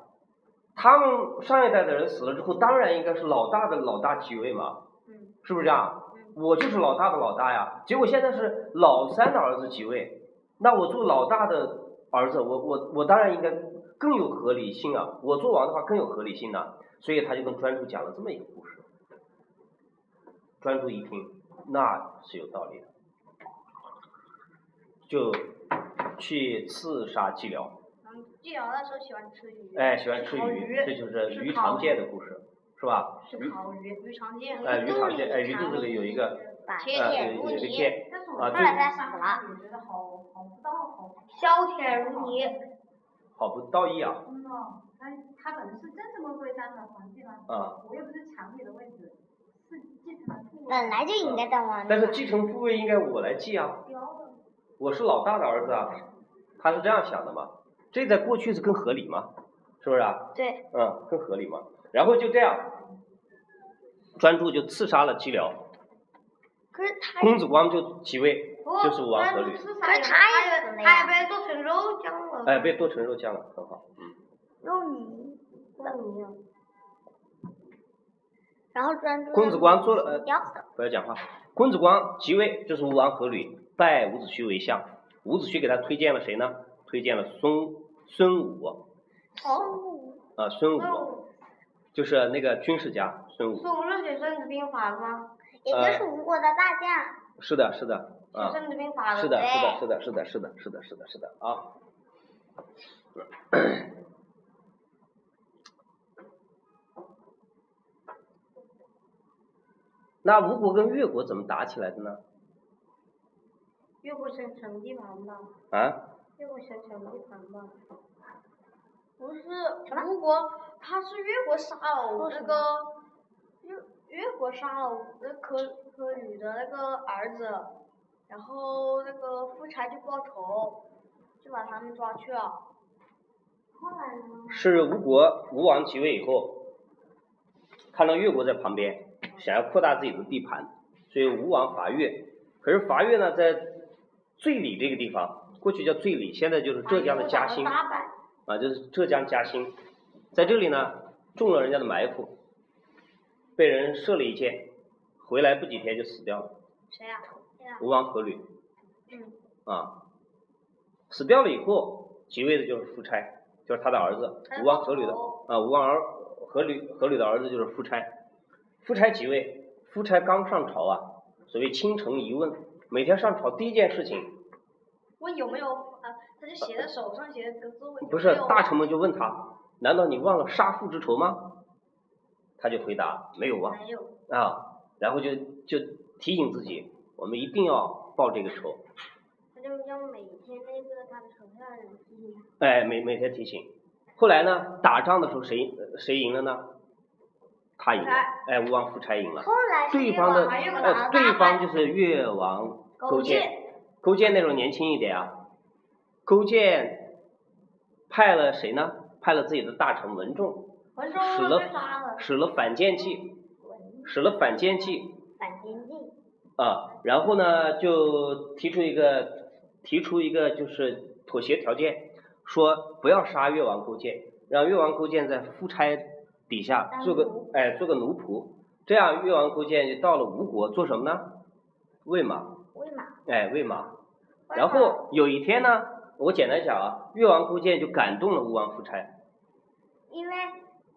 Speaker 2: 他们上一代的人死了之后，当然应该是老大的老大继位嘛，
Speaker 4: 嗯
Speaker 2: 是不是这样？
Speaker 4: 嗯，
Speaker 2: 我就是老大的老大呀。结果现在是老三的儿子继位，那我做老大的儿子，我我我当然应该更有合理性啊。我做王的话更有合理性呢、所以他就跟专诸讲了这么一个故事。专诸一听，那是有道理的，就去刺杀季辽。
Speaker 4: 然后季瑶那时候喜欢吃鱼，
Speaker 2: 哎，喜欢吃
Speaker 4: 烤
Speaker 2: 鱼，这就是
Speaker 4: 吃
Speaker 2: 鱼
Speaker 4: 烤
Speaker 2: 常见的故事，是吧？
Speaker 4: 是烤鱼，鱼常见。
Speaker 2: 哎鱼
Speaker 3: 肚
Speaker 2: 肠健哎
Speaker 3: 里
Speaker 2: 鱼肚子里有一个
Speaker 3: 把
Speaker 4: 铁
Speaker 2: 呃，
Speaker 3: 铁
Speaker 2: 有
Speaker 3: 如
Speaker 2: 有一个
Speaker 3: 泥，
Speaker 2: 剑
Speaker 4: 但是
Speaker 2: 啊
Speaker 4: 我
Speaker 3: 后
Speaker 2: 这
Speaker 3: 来他死了，
Speaker 4: 我觉得好好不道好
Speaker 1: 削铁如泥，
Speaker 2: 好不道义啊
Speaker 5: 真的，他他本来是正正规规当了皇帝了，
Speaker 2: 啊！
Speaker 5: 我又不是抢你的位置，是继承了父
Speaker 3: 本来就应该当王的啊
Speaker 2: 但
Speaker 3: 嘛
Speaker 2: 是继承父位应该我来继啊，我是老大的儿子啊，他是这样想的嘛，这在过去是更合理嘛，是不是啊？
Speaker 3: 对，
Speaker 2: 嗯，更合理嘛。然后就这样，专诸就刺杀了姬辽，
Speaker 3: 可是他
Speaker 2: 公子光就即位，
Speaker 1: 不过
Speaker 2: 就是吴王
Speaker 1: 专
Speaker 2: 阖
Speaker 1: 诸
Speaker 2: 闾，
Speaker 1: 刺
Speaker 3: 可
Speaker 1: 杀
Speaker 3: 是
Speaker 1: 人他
Speaker 3: 他也死了
Speaker 1: 也他也
Speaker 3: 呀
Speaker 1: 被做成肉酱了。
Speaker 2: 哎，被剁成肉酱了，很好。嗯
Speaker 3: 肉泥，
Speaker 1: 肉泥，
Speaker 3: 啊然后专诸
Speaker 2: 公子光做了呃
Speaker 3: 吊死了，
Speaker 2: 不要讲话。公子光即位，就是吴王阖闾，拜伍子胥为相。伍子胥给他推荐了谁呢？推荐了孙孙武，
Speaker 3: 哦，
Speaker 2: 啊、孙
Speaker 1: 孙
Speaker 2: 武
Speaker 1: 武，
Speaker 2: 就是那个军事家孙武。
Speaker 1: 孙武是写《孙子兵法》的吗？
Speaker 3: 也就是吴国的大将，
Speaker 2: 是的，是的，
Speaker 1: 写《
Speaker 2: 啊，
Speaker 1: 孙子兵法》
Speaker 2: 是
Speaker 1: 的
Speaker 2: 的，是的，是的，是的，是的，是的，是的，是的啊。那吴国跟越国怎么打起来的呢？
Speaker 1: 越过神城地盘吧，
Speaker 2: 啊，
Speaker 1: 越过神城地盘吧。
Speaker 4: 不是吴国，他是越国杀了我那个越越国杀了我那科科举的那个儿子，然后那个夫差去报仇，就把他们抓去了。
Speaker 3: 后来呢？
Speaker 2: 是吴国吴王即位以后，看到越国在旁边，想要扩大自己的地盘，所以吴王伐越。可是伐越呢，在最里这个地方，过去叫最里，现在就是浙江的嘉兴。
Speaker 1: 八百，
Speaker 2: 啊，就是浙江嘉兴，在这里呢中了人家的埋伏，被人射了一箭，回来不几天就死掉了。
Speaker 4: 谁呀、谁呀、
Speaker 2: 吴王阖闾
Speaker 4: 嗯，
Speaker 2: 啊，死掉了以后，即位的就是夫差，就是他的儿子
Speaker 4: 还有
Speaker 2: 吴王阖闾的
Speaker 4: 老
Speaker 2: 啊，吴王儿阖闾阖闾的儿子就是夫差，夫差即位，夫差刚上朝啊，所谓倾城一问，每天上朝第一件事情
Speaker 4: 问有没有啊？他就写在手上写个字，问有
Speaker 2: 不
Speaker 4: 没
Speaker 2: 是
Speaker 4: 有啊
Speaker 2: 大臣们就问他，难道你忘了杀父之仇吗？他就回答没有啊。
Speaker 4: 没有，
Speaker 2: 啊，然后就就提醒自己，我们一定要报这个仇，
Speaker 1: 他就要每天那个他的手下人提醒他。
Speaker 2: 哎，每每天提醒。后来呢，打仗的时候谁呃谁赢了呢？他赢了，哎，吴王夫差赢了。
Speaker 3: 后来是
Speaker 2: 对
Speaker 3: 越
Speaker 2: 方
Speaker 3: 王
Speaker 2: 的
Speaker 3: 还越国
Speaker 2: 呃，对方就是越王勾践，勾践那种年轻一点啊。勾践派了谁呢？派了自己的大臣文仲，
Speaker 1: 文
Speaker 2: 使
Speaker 1: 忠
Speaker 2: 了
Speaker 1: 被杀了，
Speaker 2: 使了反间计，
Speaker 3: 文
Speaker 2: 使了反间计
Speaker 3: 反间计，
Speaker 2: 啊，然后呢就提出一个提出一个就是妥协条件，说不要杀越王勾践，让越王勾践在夫差底下
Speaker 3: 当
Speaker 2: 做个
Speaker 3: 奴
Speaker 2: 哎做个奴仆，这样越王勾践就到了吴国做什么呢？喂马。
Speaker 3: 喂马，
Speaker 2: 哎，喂马。然后有一天呢，我简单讲啊，越王勾践就感动了吴王夫差，
Speaker 3: 因为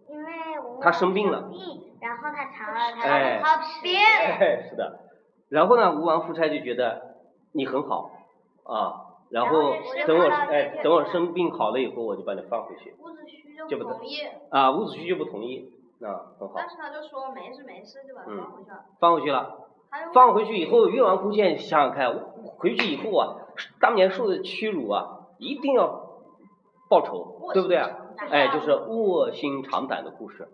Speaker 3: 因为我
Speaker 2: 他生病了。
Speaker 3: 病，然后他尝了他
Speaker 2: 哎
Speaker 3: 的好吃的，
Speaker 2: 哎，是的。然后呢，吴王夫差就觉得你很好啊，然
Speaker 3: 然后
Speaker 2: 后
Speaker 3: 就
Speaker 2: 等我
Speaker 3: 生怕他
Speaker 2: 哎
Speaker 3: 越
Speaker 2: 等我生病好了以后，我就把你放回去
Speaker 4: 伍子胥就
Speaker 2: 见不
Speaker 4: 不
Speaker 2: 得
Speaker 4: 同意，
Speaker 2: 啊。伍子胥就不同意，啊，很
Speaker 1: 嗯
Speaker 2: 好，
Speaker 4: 但是他就说没事没事，就把他放回去了。
Speaker 2: 放回去了。
Speaker 4: 他就
Speaker 2: 放回去以后，越王勾践想想看，回去以后啊，当年受的屈辱啊，一定要报仇，对不对啊？哎，就是卧薪尝胆的故事。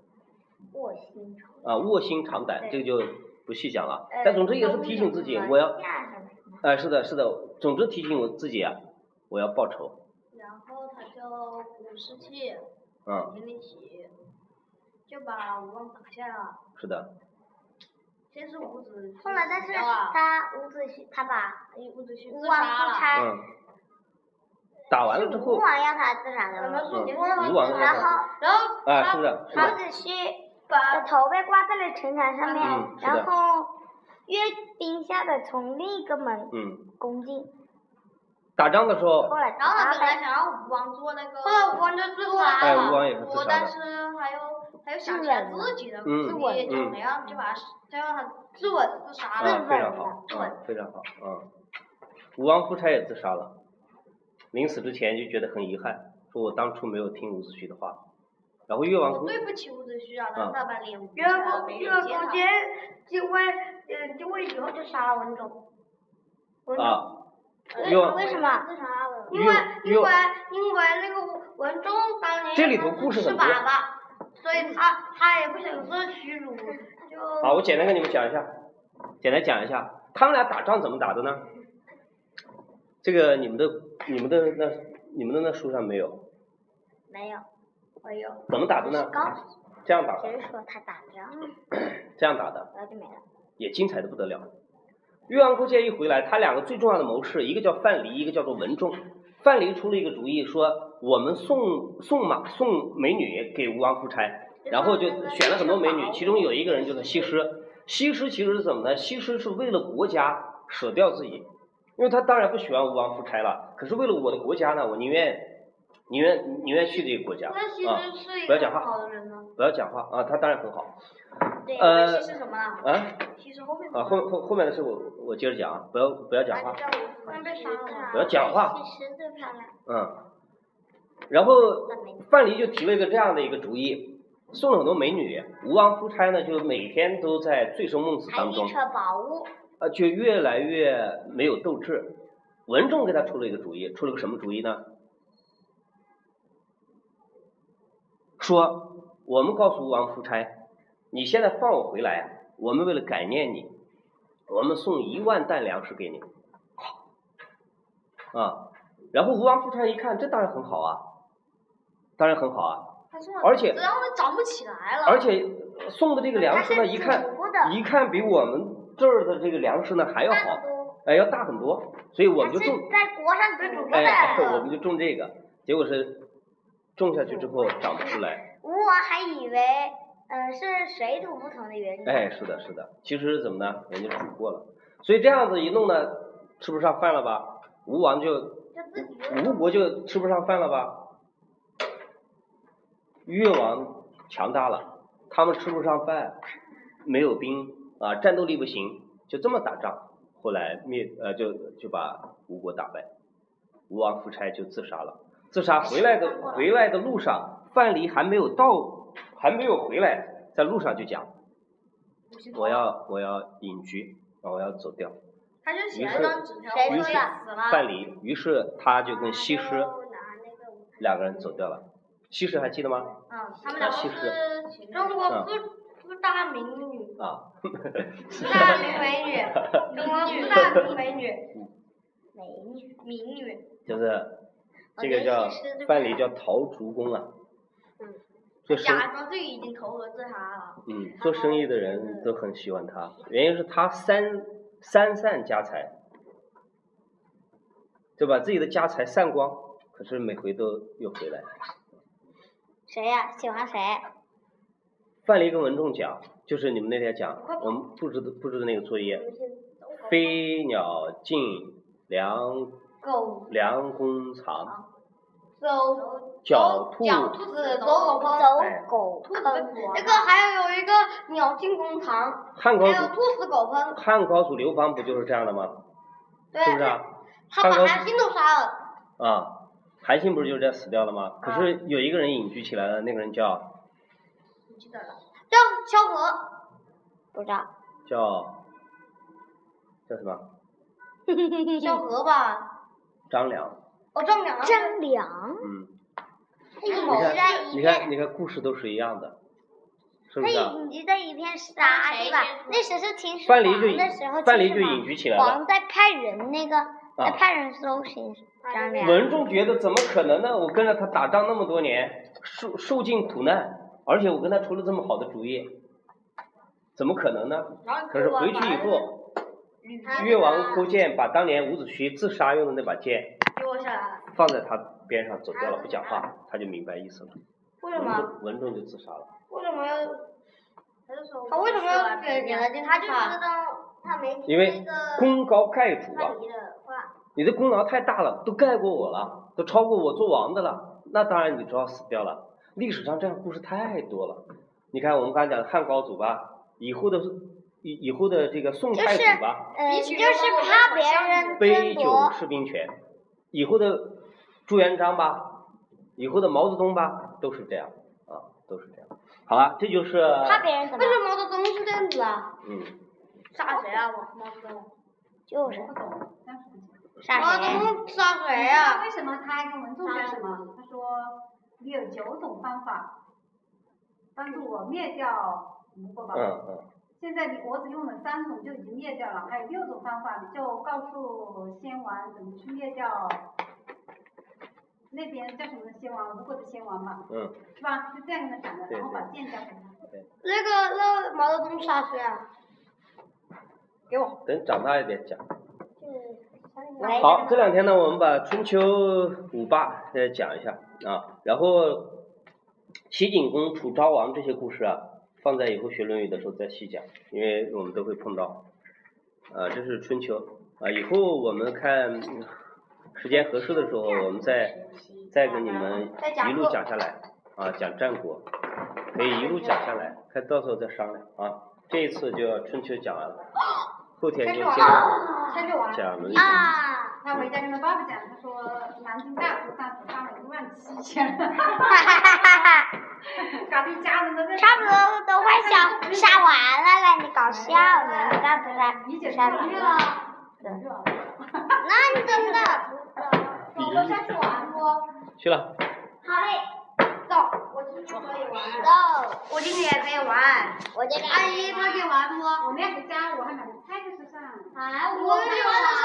Speaker 3: 嗯卧薪尝
Speaker 2: 啊，卧薪尝胆，这
Speaker 3: 对
Speaker 2: 个就不细讲了
Speaker 3: 呃。
Speaker 2: 但总之也是提醒自己，
Speaker 3: 冬
Speaker 2: 我要，
Speaker 3: 暖夏什么
Speaker 2: 哎、是的，是的，总之提醒我自己啊，我要报仇。
Speaker 4: 然后他就鼓士气，
Speaker 2: 嗯，
Speaker 4: 引领起，就把吴王打下了。
Speaker 2: 是的，
Speaker 4: 先是伍子啊胥
Speaker 3: 后来，但是
Speaker 4: 死掉了
Speaker 3: 他伍子胥，他把
Speaker 4: 伍子胥
Speaker 3: 吴
Speaker 4: 自
Speaker 3: 王
Speaker 4: 杀了
Speaker 3: 夫。差
Speaker 2: 嗯，打完了之
Speaker 3: 吴
Speaker 2: 后，
Speaker 3: 王要他自杀的吗？
Speaker 2: 嗯，
Speaker 4: 吴
Speaker 2: 吴王
Speaker 3: 然
Speaker 4: 然
Speaker 3: 后
Speaker 4: 后
Speaker 2: 啊，
Speaker 4: 他
Speaker 2: 是的，是
Speaker 3: 伍
Speaker 2: 的，
Speaker 3: 子胥
Speaker 4: 把
Speaker 3: 的头被挂在了城墙上面，
Speaker 2: 嗯是的
Speaker 3: 然后阅兵吓得从另一个门
Speaker 2: 嗯，
Speaker 3: 攻进，
Speaker 2: 打仗的时候
Speaker 3: 后，来
Speaker 4: 然后他本
Speaker 3: 他
Speaker 4: 来想让吴王做那个，
Speaker 1: 后来吴啊王就自杀
Speaker 2: 哎，
Speaker 1: 了。
Speaker 2: 吴王也是自
Speaker 4: 我
Speaker 2: 杀
Speaker 4: 但
Speaker 2: 的，
Speaker 4: 是他又他又想起来自己的
Speaker 2: 嗯
Speaker 4: 自
Speaker 3: 嗯
Speaker 4: 己怎么样，就把就让他自刎自杀
Speaker 2: 啊，
Speaker 4: 了。
Speaker 2: 非常好，啊，非常好，啊，吴王夫差也自杀了，临死之前就觉得很遗憾，说我当初没有听伍子胥的话，然后越王
Speaker 4: 我
Speaker 2: 勾
Speaker 4: 对不起伍子胥啊，
Speaker 2: 啊
Speaker 4: 他那把脸捂
Speaker 1: 越
Speaker 4: 下来
Speaker 1: 王
Speaker 4: 没
Speaker 1: 越
Speaker 4: 人
Speaker 1: 王
Speaker 4: 接他
Speaker 1: 勾。践因为嗯因为以后就杀了文种，文种
Speaker 2: 啊，
Speaker 3: 为
Speaker 2: 越王
Speaker 3: 为什么？
Speaker 4: 自杀了。
Speaker 1: 因为
Speaker 2: 越
Speaker 1: 因
Speaker 2: 越
Speaker 1: 为因为那个文忠当年
Speaker 2: 这里头故事
Speaker 1: 是
Speaker 2: 很多
Speaker 1: 粑粑，所以他他也不想受屈辱，
Speaker 2: 嗯
Speaker 1: 就
Speaker 2: 好，我简单跟你们讲一下，简单讲一下，他们俩打仗怎么打的呢？这个你们的、你们的那、你们的那书上没有，
Speaker 3: 没有，我有。
Speaker 2: 怎么打的呢？
Speaker 3: 高
Speaker 2: 这样打的，
Speaker 3: 谁说他打仗，
Speaker 2: 这样打的，
Speaker 3: 然后就没了。
Speaker 2: 也精彩的不得了。越王勾践一回来，他两个最重要的谋士，一个叫范蠡，一个叫做文仲。范蠡出了一个主意，说我们送送马送美女给吴王夫差，然后就选了很多美女，其中有一个人就是西施。西施其实是怎么呢？西施是为了国家舍掉自己，因为她当然不喜欢吴王夫差了，可是为了我的国家呢，我宁愿宁愿宁愿去这个国家啊！
Speaker 1: 那其实是一
Speaker 2: 不要
Speaker 1: 个
Speaker 2: 讲话
Speaker 1: 很好的人呢。
Speaker 2: 不要讲话啊，她当然很好
Speaker 3: 对，
Speaker 2: 呃
Speaker 4: 西施什么了？
Speaker 2: 啊
Speaker 4: 西施后面哎
Speaker 2: 啊！后后后面的事我我接着讲啊，不要不要讲话。
Speaker 1: 后面被杀了。
Speaker 2: 不要讲话
Speaker 3: 其实最漂亮，
Speaker 2: 嗯，然后
Speaker 3: 那没
Speaker 2: 范蠡就提了一个这样的一个主意，送了很多美女。吴王夫差呢，就每天都在醉生梦死
Speaker 3: 还
Speaker 2: 当中
Speaker 3: 一，车宝物，
Speaker 2: 呃，就越来越没有斗志。文仲给他出了一个主意，出了个什么主意呢？说我们告诉吴王夫差，你现在放我回来啊，我们为了感念你，我们送一万担粮食给你。啊，然后吴王夫差一看，这当然很好啊，当然很好啊，
Speaker 4: 他送了
Speaker 2: 而且
Speaker 4: 然后他长不起来了。
Speaker 2: 而且送的这个粮食呢，一看
Speaker 3: 主妇的
Speaker 2: 一看比我们这儿的这个粮食呢还要
Speaker 3: 那
Speaker 2: 好
Speaker 3: 么，多，
Speaker 2: 哎，要大很多，所以我
Speaker 3: 还
Speaker 2: 们就是种，
Speaker 3: 在国上主妇
Speaker 2: 哎，
Speaker 3: 的。
Speaker 2: 我们就种这个，结果是种下去之后长不出来，
Speaker 3: 吴王还以为，呃，是水土不同的原因。
Speaker 2: 哎，是的，是的，其实怎么呢，人家煮过了，所以这样子一弄呢，吃不上饭了吧？吴王就
Speaker 3: 就自己就
Speaker 2: 吴国就吃不上饭了吧？越王强大了，他们吃不上饭，没有兵啊，战斗力不行，就这么打仗，后来灭呃就就把吴国打败，吴王夫差就自杀了。自杀回来的回来的路上，范蠡还没有到，还没有回来，在路上就讲，我要我要隐居啊，我要走掉。
Speaker 4: 他就写
Speaker 2: 于
Speaker 4: 了
Speaker 2: 是
Speaker 4: 一张纸条，
Speaker 3: 谁
Speaker 4: 我
Speaker 2: 于
Speaker 4: 要
Speaker 2: 是
Speaker 4: 死了。
Speaker 2: 范蠡，于是他就跟西施两个人走掉了。西施还记得吗？
Speaker 4: 嗯，他们
Speaker 2: 啊
Speaker 4: 俩
Speaker 2: 西施
Speaker 4: 是情
Speaker 1: 中
Speaker 4: 侣。
Speaker 2: 嗯
Speaker 1: 国四四大名 女，
Speaker 2: 啊，
Speaker 1: 四大名美女，中国四大名美女，
Speaker 3: 美女，
Speaker 4: 民女，
Speaker 2: 就是这个
Speaker 3: 我
Speaker 2: 叫
Speaker 3: 的意思是
Speaker 2: 办理叫逃竹工啊。
Speaker 4: 嗯。
Speaker 2: 做生
Speaker 4: 假装自己已经投河自杀了。
Speaker 2: 嗯，做生意的人都很喜欢他，原因是他三三散家财，就把自己的家财散光，可是每回都又回来。
Speaker 3: 谁呀、喜欢谁？
Speaker 2: 范蠡跟文仲讲，就是你们那天讲，我们布置的布置的那个作业，飞鸟尽，良
Speaker 1: 狗
Speaker 2: 良弓藏，
Speaker 1: 走
Speaker 2: 狡哦兔
Speaker 1: 狡兔子呃走狗烹。
Speaker 3: 走
Speaker 2: 哎
Speaker 3: 狗
Speaker 4: 兔子被
Speaker 3: 坑，
Speaker 4: 捕
Speaker 1: 那个还有一个鸟尽弓藏，
Speaker 2: 汉高
Speaker 1: 还有
Speaker 2: 祖
Speaker 1: 兔死狗烹，
Speaker 2: 汉高祖刘邦不就是这样的吗？
Speaker 1: 对，
Speaker 2: 是不是啊？
Speaker 1: 他
Speaker 2: 汉高
Speaker 1: 把
Speaker 2: 祖
Speaker 1: 韩信都杀了，
Speaker 2: 啊，韩信不是就是这样死掉了
Speaker 3: 啊
Speaker 2: 吗？可是有一个人隐居起来了，那个人叫
Speaker 4: 你记得了？
Speaker 1: 叫萧何，
Speaker 3: 不知 道，
Speaker 2: 叫叫什么？
Speaker 1: 萧何吧，
Speaker 2: 张良。
Speaker 1: 哦，丈量，
Speaker 3: 张良，
Speaker 2: 嗯，
Speaker 3: 他隐
Speaker 2: 你
Speaker 3: 居在
Speaker 2: 看，
Speaker 3: 一
Speaker 2: 你
Speaker 3: 片，
Speaker 2: 看，你看，故事都是一样的，是不
Speaker 3: 他
Speaker 2: 是啊？
Speaker 3: 隐居在一片沙
Speaker 4: 谁
Speaker 3: 地吧
Speaker 4: 先？说
Speaker 3: 那时是秦始
Speaker 2: 范
Speaker 3: 皇
Speaker 2: 蠡就隐
Speaker 3: 的时候，
Speaker 2: 范蠡
Speaker 3: 秦
Speaker 2: 就
Speaker 3: 始皇
Speaker 2: 隐居起来了
Speaker 3: 皇在派人那个，在
Speaker 2: 啊
Speaker 3: 派人搜寻张良。
Speaker 2: 文仲觉得怎么可能呢？我跟着他打仗那么多年，受受尽苦难，而且我跟他出了这么好的主意，怎么可能呢？
Speaker 4: 然后
Speaker 2: 可是回去以后，越王勾践把当年伍子胥自杀用的那把剑
Speaker 4: 丢下来了。
Speaker 2: 放在他边上走掉了，不讲话，他就明白意思了。
Speaker 1: 为什
Speaker 2: 文
Speaker 1: 么？
Speaker 2: 仲文仲就自杀了。
Speaker 1: 为什么要？
Speaker 4: 他就说
Speaker 3: 哦
Speaker 1: 他为什么要给给他进他
Speaker 4: 就是
Speaker 1: 杀？
Speaker 4: 道他没听
Speaker 2: 因为功高盖主啊，
Speaker 4: 蠡的话，
Speaker 2: 你的功劳太大了，都盖过我了，都超过我做王的了，那当然你只好死掉了。历史上这样故事太多了，你看我们刚才讲的汉高祖吧，以后的以以后的这个宋太祖吧，
Speaker 3: 呃，
Speaker 4: 你
Speaker 3: 就
Speaker 4: 取
Speaker 3: 是
Speaker 4: 关我没
Speaker 3: 怕
Speaker 4: 好
Speaker 3: 别
Speaker 4: 像
Speaker 3: 人
Speaker 2: 杯
Speaker 3: 争
Speaker 2: 酒
Speaker 3: 夺，
Speaker 2: 释兵权，以后的朱元璋吧，以后的毛泽东吧，都是这样啊，都是这样。好了，这就是
Speaker 3: 怕别人怎么
Speaker 1: 为，什么毛泽东是这样子啊？
Speaker 2: 嗯，
Speaker 4: 杀谁啊？我毛泽东。
Speaker 3: 就是
Speaker 5: 不懂，但是不懂
Speaker 1: 毛
Speaker 3: 杀
Speaker 1: 泽
Speaker 3: 谁？
Speaker 1: 东杀谁
Speaker 3: 啊
Speaker 5: 你知道
Speaker 1: 呀？
Speaker 5: 为什么他还跟文仲说什么？他说你有九种方法帮助我灭掉吴国宝。
Speaker 2: 嗯嗯。
Speaker 5: 现在你我只用了三种就已经灭掉了，还有六种方法，你就告诉先王怎么去灭掉那边叫什么先王，吴国的先王吧，
Speaker 2: 嗯
Speaker 5: 是吧？是这样跟他讲的，
Speaker 2: 对
Speaker 5: 然后
Speaker 2: 对
Speaker 5: 把剑交给他。
Speaker 1: 那个那毛泽东杀谁啊？给我，
Speaker 2: 等长大一点讲。
Speaker 3: 喂
Speaker 2: 好，这两天呢，我们把春秋五霸再讲一下啊，然后齐景公、楚昭王这些故事啊，放在以后学《论语》的时候再细讲，因为我们都会碰到。啊，这是春秋啊，以后我们看嗯时间合适的时候，我们再再跟你们
Speaker 1: 再讲
Speaker 2: 一路
Speaker 1: 过
Speaker 2: 讲下来啊，讲战国，可以一路讲下来，看到时候再商量啊。这一次就春秋讲完了，后天
Speaker 1: 开
Speaker 2: 就
Speaker 1: 始
Speaker 2: 接
Speaker 1: 玩
Speaker 2: 着
Speaker 1: 了，开始玩。
Speaker 2: 讲《论语》。
Speaker 3: 啊，
Speaker 5: 他回家跟他爸爸讲，他说南京大屠杀只杀了一万七千，
Speaker 3: 哈哈哈哈哈，
Speaker 5: 搞得一家人都在。
Speaker 3: 差不多都快想杀完了了，你搞笑呢？你干不杀？
Speaker 5: 理解
Speaker 3: 杀
Speaker 5: 错
Speaker 3: 不
Speaker 5: 了
Speaker 3: 杀？ 那你真的
Speaker 2: 我们下去玩不？去了。
Speaker 1: 好嘞，走，我今天可以玩了。
Speaker 3: 走，
Speaker 1: 我今天也可以玩。
Speaker 3: 我这个
Speaker 1: 阿姨，她可以玩不？
Speaker 5: 我们要回家，我还买了菜在身上。
Speaker 1: 啊，我也玩了。